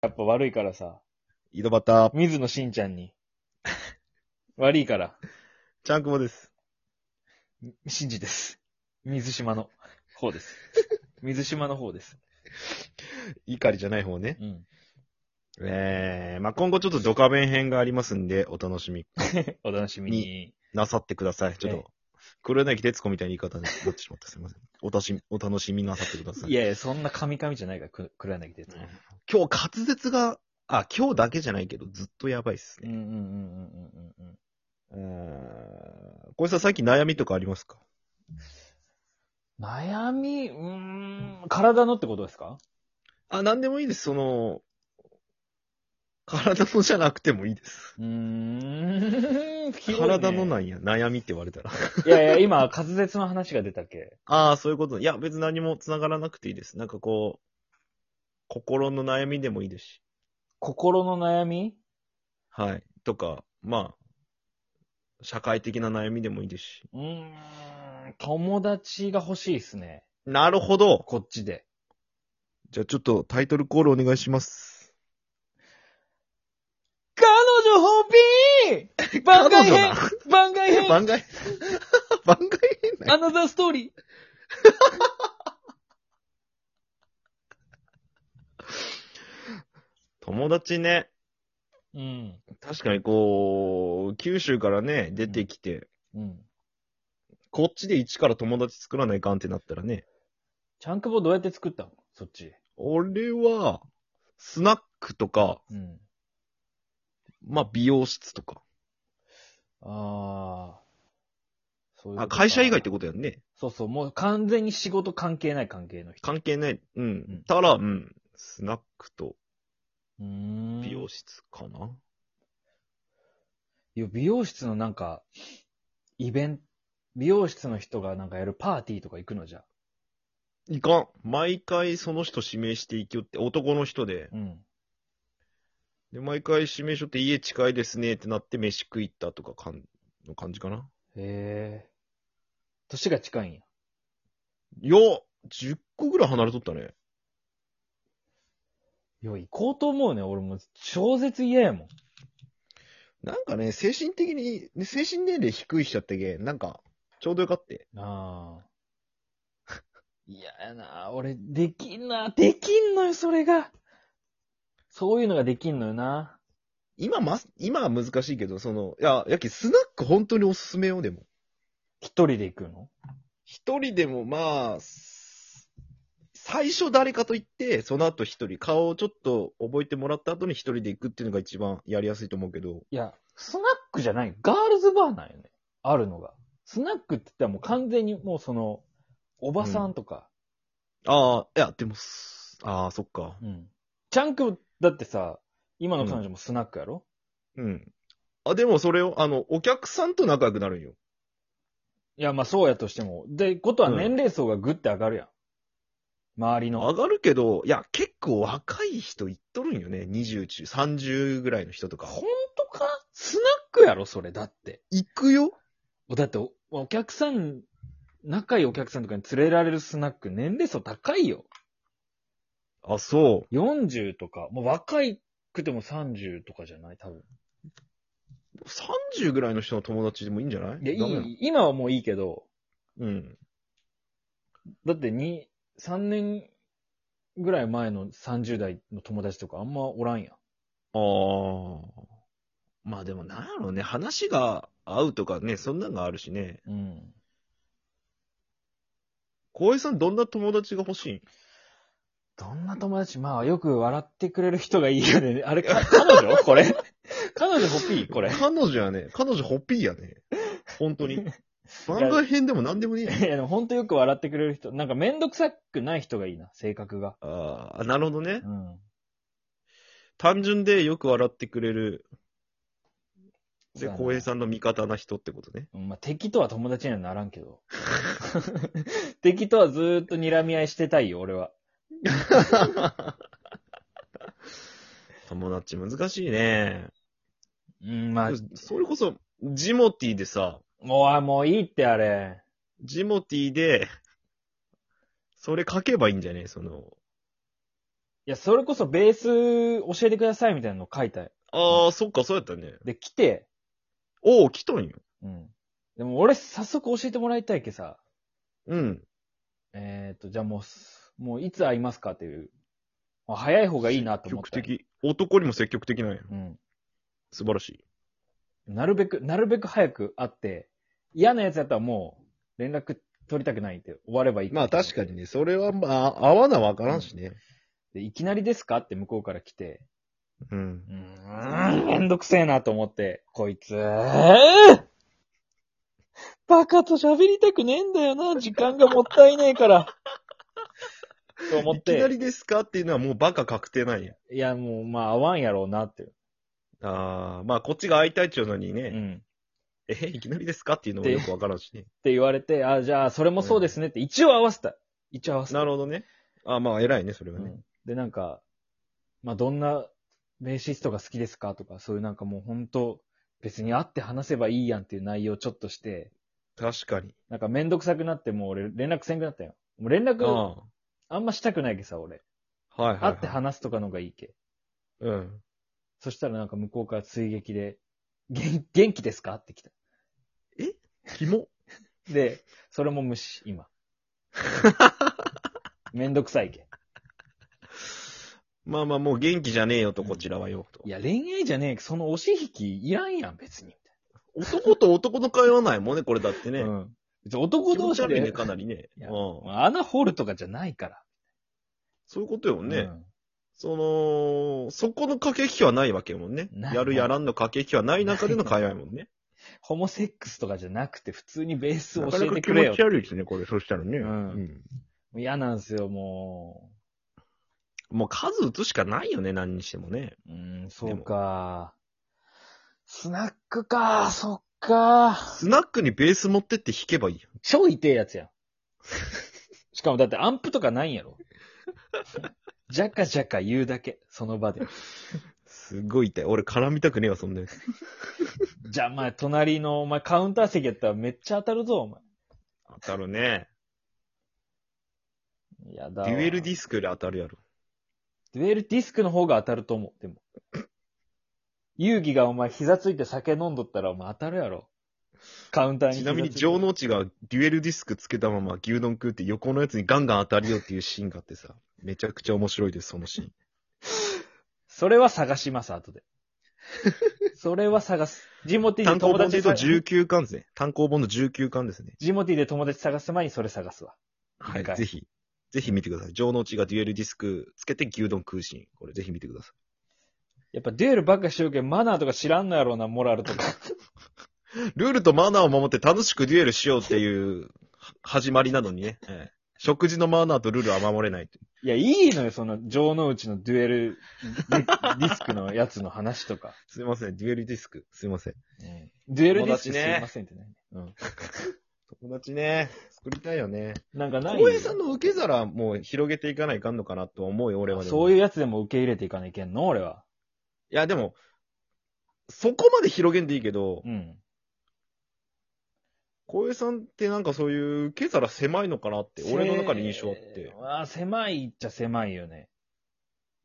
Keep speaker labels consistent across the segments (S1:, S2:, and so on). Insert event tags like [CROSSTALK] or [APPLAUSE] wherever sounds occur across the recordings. S1: やっぱ悪いからさ、
S2: 井戸端、
S1: 水野しんちゃん [LAUGHS] に。悪いから、
S2: ちゃんくぼです。
S1: しんじです。水島の方です。 [LAUGHS] 水島の方です。
S2: 怒りじゃない方ね。
S1: うん。
S2: えー、まあ、今後ちょっとドカベン編がありますんで、お楽しみ
S1: お楽しみに。
S2: なさってください。ちょっ
S1: ええ
S2: と、黒柳徹子みたいな言い方になってしまった。すいません。 [LAUGHS] お楽しみ、お楽しみなさってください。
S1: いやいや、そんなカミカミじゃないから、く黒柳徹子。
S2: うん今日滑舌が、あ、今日だけじゃないけど、ずっとやばいっす
S1: うん
S2: ね。
S1: うんうんうんうんうんうん。
S2: うーん。これさ、さっき悩みとかありますか
S1: 悩み、うーん、体のってことですか
S2: あ、なんでもいいです。その、体のじゃなくてもいいです。
S1: うーん、
S2: [LAUGHS] 体の
S1: い。
S2: なんや、悩みって言われたら。
S1: いやいや、今、滑舌の話が出たっけ。
S2: ああ、そういうこと。いや、別に何も繋がらなくていいです。なんかこう、心の悩みでもいいですし。
S1: 心の悩み
S2: はい。とか、まあ、社会的な悩みでもいいですし。
S1: うーん、友達が欲しいっすね。
S2: なるほど。
S1: こっちで。
S2: じゃあちょっとタイトルコールお願いします。
S1: 彼女ホビー番外編
S2: 彼
S1: 番外
S2: え、
S1: 編
S2: 番外 [LAUGHS] 番外編ない
S1: アナザーストーリー
S2: 友達ね。
S1: うん。
S2: 確かにこう、九州からね、出てきて、
S1: うん。
S2: こっちで一から友達作らないかんってなったらね。
S1: ちゃんくぼどうやって作ったのそっち。
S2: 俺は、スナックとか、
S1: うん。
S2: まあ美容室とか。
S1: ああ。そういうこ
S2: あ、
S1: とか
S2: 会社以外ってことやんね。
S1: そうそう、もう完全に仕事関係ない関係の人。
S2: 関係ない。うんん。たら、うん。スナックと
S1: うーん。
S2: 美容室かな。
S1: いや、美容室のなんか、イベント、美容室の人がなんかやるパーティーとか行くのじゃ。
S2: いかん。毎回その人指名していきよって、男の人で。
S1: うん。
S2: で、毎回指名しよって家近いですねってなって飯食い行ったとかかん、の感じかな。
S1: へえ。年が近いんや。
S2: いや、10個ぐらい離れとったね。
S1: いや、行こうと思うね。俺もう超絶嫌やもん。
S2: なんかね、精神的に、ね精神年齢低い人だったけ、なんか、ちょうどよかって。
S1: ああ。いややな、俺、できんな、できんのよ、それが。そういうのができんのよな。
S2: 今ま、今は難しいけど、その、いや、やき、スナック本当におすすめよ、でも。
S1: 一人で行くの
S2: 一人でもまあ、す最初誰かと行って、その後一人、顔をちょっと覚えてもらった後に一人で行くっていうのが一番やりやすいと思うけど、
S1: いや、スナックじゃない、ガールズバーなんよね。あるのが。スナックって言ったらもう完全にもうその、おばさんとか。
S2: ああ、いや、でもす、ああ、そっか。
S1: うん。ちゃんく、だってさ、今の彼女もスナックやろ、
S2: うん。あ、でもそれを、あの、お客さんと仲良くなるんよ。
S1: いや、まあそうやとしても。で、ことは年齢層がグッて上がるやん。周りの。
S2: 上がるけど、いや、結構若い人行っとるんよね。20中、30ぐらいの人とか。
S1: ほんとかスナックやろそれ、だって。
S2: 行くよ
S1: だってお、お客さん、仲いいお客さんとかに連れられるスナック、年齢層高いよ。
S2: あ、そう。
S1: 40とか、もう若いくても30とかじゃない多分。
S2: 30ぐらいの人の友達でもいいんじゃない
S1: いや、い
S2: ダメなの
S1: い、今はもういいけど、
S2: うん。
S1: だって2、3年ぐらい前の30代の友達とかあんまおらんやん。
S2: ああ。まあでもなんやろうね、話が合うとかね、そんなんがあるしね。
S1: うん。
S2: 浩平さんどんな友達が欲しい
S1: どんな友達まあ、よく笑ってくれる人がいいよね。あ [LAUGHS] れ、か彼女これ [LAUGHS] 彼女ホピー [LAUGHS] これ。
S2: 彼女やね。彼女ホッピーやね。本当 [LAUGHS] に。番外編でも何でもね
S1: い
S2: え。
S1: や、でもほんとよく笑ってくれる人。なんかめんどくさくない人がいいな、性格が。
S2: ああ、なるほどね
S1: う。ん。
S2: 単純でよく笑ってくれる。
S1: そう
S2: で、
S1: やな
S2: 浩平さんの味方な人ってことね。
S1: まあ、敵とは友達にはならんけど。 [LAUGHS] 敵とはずーっと睨み合いしてたいよ、俺は。
S2: 友達難しいね。
S1: うん、まあ、
S2: それこそ、ジモティーでさ、
S1: もうあ、もういいってあれ。
S2: ジモティーで、それ書けばいいんじゃねその、
S1: や、それこそベース教えてくださいみたいなの書いたよ。
S2: ああ、そっか、そうやったね。
S1: で、来て、
S2: おお、来たんよ。
S1: うん。でも俺、早速教えてもらいたいけさ、
S2: うん。
S1: えっ、と、じゃあもうす、もういつ会いますかっていう。まあ早い方がいいなと
S2: 積
S1: 思っ
S2: 極
S1: た。
S2: 的。男にも積極的なんや。
S1: うん。
S2: 素晴らしい。
S1: なるべく、なるべく早く会って、嫌なやつやったらもう、連絡取りたくないって終わればいい。
S2: まあ確かにね、それはまあ、合わなわからんしね。
S1: で。いきなりですかって向こうから来て、
S2: うん。
S1: うーん、めんどくせえなと思って、こいつ、バカと喋りたくねえんだよな、時間がもったいねえから。と思っ
S2: いきな
S1: て、
S2: りですかっていうのはもうバカ確定なんや。
S1: いやもう、まあ合わんやろうなって。
S2: ああ、まあこっちが会いたいっちゅうのに
S1: う
S2: ね、
S1: ん。
S2: え、いきなりですかっていうのもよくわからんしね。
S1: って言われて、あ、じゃあ、それもそうですねって、一応合わせた。一応合わせた。
S2: なるほどね。ああ、まあ偉いね、それは
S1: う
S2: ね。
S1: んで、なんか、まあ、どんなベーシストが好きですかとか、そういうなんかもう本当別に会って話せばいいやんっていう内容ちょっとして、
S2: 確かに。
S1: なんかめんどくさくなって、もう俺連絡せんくなったよ。もう連絡、
S2: あ
S1: あんましたくないけさ、俺。
S2: あ、はいはい、はい。
S1: 会って話すとかのがいいけ。
S2: うん。
S1: そしたらなんか向こうから追撃で、元元気ですかって来た。
S2: キモ。
S1: で、それも無視、
S2: [LAUGHS]
S1: 今。めんどくさいけ。
S2: まあまあもう元気じゃねえよと、こちらはよと
S1: い。や、恋愛じゃねえけその押し引きいらんやん、別に。
S2: 男と男の会話ないもんね、これだってね。
S1: うん。別に
S2: 気
S1: 男
S2: 持
S1: 同
S2: ち
S1: 士
S2: 悪いね、
S1: で、
S2: かなりね。
S1: いうや
S2: ん。
S1: 穴掘るとかじゃないから。
S2: そういうことよね。
S1: うん
S2: その、そこの駆け引きはないわけやもんね。
S1: ない
S2: やるやらんの駆け引きはない中での会話やもんね。
S1: ホモセックスとかじゃなくて、普通にベース
S2: な
S1: を
S2: か
S1: 教
S2: な
S1: え
S2: か
S1: て
S2: 気
S1: くれ
S2: 持
S1: よ
S2: ち。悪いですね、これ。そしたらね。
S1: うん
S2: ん
S1: もう嫌なんですよ、も
S2: もう数打つしかないよね、何にしてもね。
S1: う。うん、そうか。スナックか、そっか。
S2: スナックにベース持ってって弾けばいいよ。
S1: 超痛えやつやん。 [LAUGHS] しかもだってアンプとかないんやろ。ジャカジャカ言うだけ、その場で。
S2: すごい痛い。俺絡みたくねえわ、そんなやつ。
S1: じゃあ、前、隣の、お前、カウンター席やったらめっちゃ当たるぞ、お前。
S2: 当た
S1: [LAUGHS]
S2: るね。
S1: や
S2: デ
S1: だわ。
S2: ュエルデ
S1: ィ
S2: ィスクより当たるやろ。
S1: デュエルディスクの方が当たると思う、でも。 [LAUGHS] 遊戯がお前、膝ついて酒飲んどったら、お前当たるやろ。カウンターに
S2: ち
S1: 膝
S2: な
S1: ついて。
S2: みに、城之内がデュエルディスクつけたまま牛丼食うって横のやつにガンガン当たるよっていうシーンがあってさ。めちゃくちゃ面白いです、そのシーン。
S1: それは探します、後
S2: [LAUGHS]
S1: で。それは探す。ジモティー
S2: 単
S1: で
S2: 行
S1: 友
S2: 本で
S1: 達
S2: 言うと
S1: さ、
S2: 19巻ですね。単行本の19巻ですね。
S1: ジモティーで友達探す前にそれ探すわ。
S2: はい。
S1: 了解
S2: ぜひ、ぜひ見てください。城之内がデュエルディスクつけて牛丼食うシーン。これぜひ見てくださ
S1: やっぱデュエルばっかしようけど、マナーとか知らんのやろうな、モラルとか。
S2: [LAUGHS] い。ルールとマナーを守って楽しくデュエルしようっていうは始まりなのにね。ええ食事のマナーとルールは守れないという。
S1: いや、いいのよ、その、城之内のデュエルディ、ディスクのやつの話とか。
S2: すいません。デュエルディスク。すいません。
S1: デュエルディスクす
S2: 友達ね
S1: いませんってね。うん。
S2: 友達ね、作りたいよね。
S1: なんかない
S2: 光栄さんの受け皿もう広げていかないかんのかなとは思うよ、俺は
S1: あ
S2: でも。
S1: そういう
S2: い
S1: やつでも受け入れていかないけんの俺は。
S2: や、でも、そこまで広げんでいいけど
S1: う、ん。
S2: 光栄さんってなんかそういう受け皿狭いのかなって、俺の中で印象あっ
S1: せ
S2: て。
S1: ー。あー狭いっちゃ狭いよね。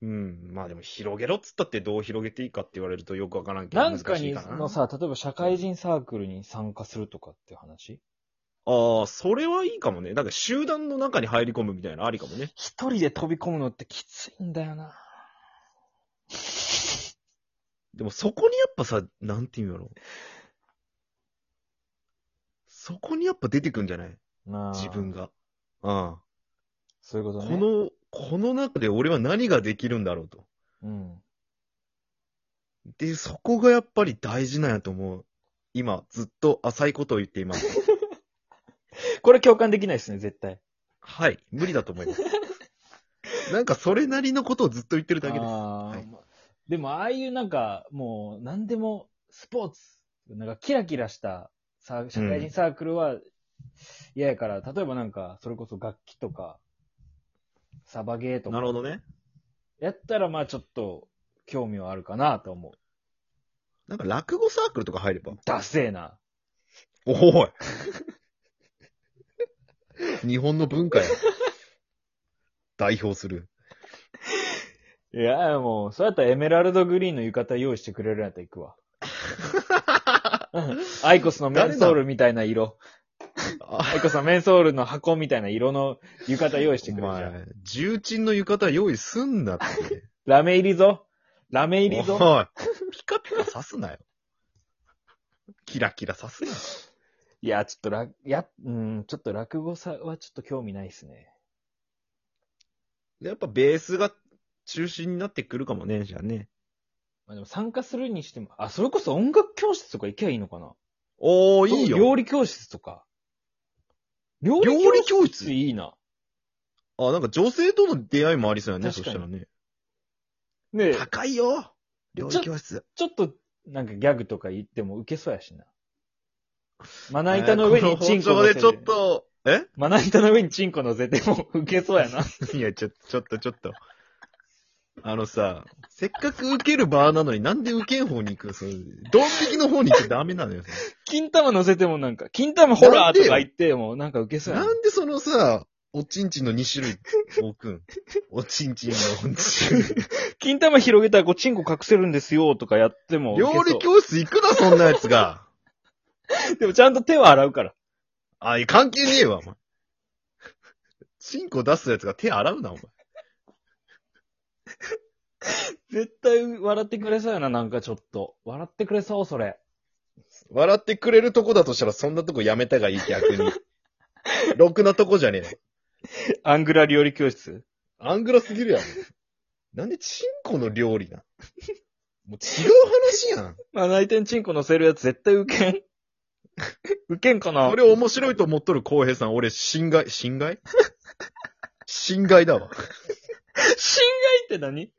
S2: うん。まあでも広げろっつったってどう広げていいかって言われるとよくわからんけど。
S1: なんか
S2: 難しい
S1: に、
S2: かな
S1: のさ、例えば社会人サークルに参加するとかって話
S2: ああ、それはいいかもね。なんか集団の中に入り込むみたいなのありかもね。
S1: 一人で飛び込むのってきついんだよ [LAUGHS] な。
S2: でもそこにやっぱさ、なんていうんだろう。そこにやっぱ出てくんじゃない
S1: なあ
S2: 自分。が。あ
S1: そういうこ
S2: あ。
S1: とね。
S2: この、この中で俺は何ができるんだろうと。
S1: うん。
S2: で、そこがやっぱり大事なんやと思う。今、ずっと浅いことを言っています。
S1: これ共感できないですね、絶対。
S2: はい。無理だと思います。 [LAUGHS] なんかそれなりのことをずっと言ってるだけです。
S1: あー
S2: はい
S1: までも、ああいうなんか、もう、何でも、スポーツ、なんかキラキラしたさ社会人サークルは嫌やから、例えばなんか、それこそ楽器とか、サバゲーと
S2: なる
S1: か、
S2: ほどね。
S1: やったらまあちょっと、興味はあるかなと思う。
S2: なんか落語サークルとか入れば。
S1: ダセーな。
S2: おおい [LAUGHS] 日本の文化や。代表する。
S1: いや、もう、そうやったらエメラルドグリーンの浴衣用意してくれるんやったら行くわ。うんアイコスのメンソールみたいな色。アイコスのメンソールの箱みたいな色の浴衣用意して
S2: お
S1: くれるじゃん。
S2: 前、重鎮の浴衣用意すんなって。
S1: ラメ入りぞ。ラメ入りぞ。
S2: おい、ピカピカ刺すなよ。キラキラ刺すなよ。
S1: いや、ちょっとら、や、うん、ちょっと落語さはちょっと興味ないですね。
S2: やっぱベースが中心になってくるかもね、じゃあね。
S1: まあ、でも参加するにしても、あ、それこそ音楽教室とか行けばいいのかな
S2: おー、いいよ。
S1: 料理教室とか。料
S2: 理教室
S1: 理教室いいな。
S2: あ、なんか女性との出会いもありそうやね、そ
S1: 確
S2: し
S1: かに
S2: たらね。
S1: ねえ
S2: 高いよ料理教室。
S1: ちょっと、なんかギャグとか言っても受けそうやしな。まな板の上にチンコ
S2: この
S1: 乗せ
S2: 包丁
S1: て。
S2: でちょっと、え
S1: まな板の上にチンコ乗せても受けそうやな。
S2: [LAUGHS] いや、ちょ、ちょっと、ちょっと。あのさ、せっかく受ける場なのになんで受けん方に行くのそれドン引きの方に行っちゃダメなのよ。
S1: 金玉乗せてもなんか、金玉ホラーとか言ってもなんか受けそうやな
S2: な。んでそのさ、おちんちんの2種類
S1: [LAUGHS]
S2: 置くんおちんちんの2種類。
S1: [LAUGHS] 金玉広げたらこうチンコ隠せるんですよとかやっても受けそう。
S2: 料理教室行くな、そんなやつが。
S1: でもちゃんと手は洗うから。
S2: あ、いや関係ねえわ、お前。チンコ出すやつが手洗うな、お前。
S1: 絶対笑ってくれそうやな、なんかちょっと。笑ってくれそう、それ。
S2: 笑ってくれるとこだとしたらそんなとこやめたがいい、逆に。ろくなとこじゃねえよ。
S1: アングラ料理教室
S2: アングラすぎるやん。なんでチンコの料理なんもう違う話やん。
S1: まな板にチンコ乗せるやつ絶対受けん。 [LAUGHS] 受けんかな [LAUGHS]
S2: それ面白いと思っとる浩平さん、俺、侵害、侵害侵害だわ。
S1: 侵害って何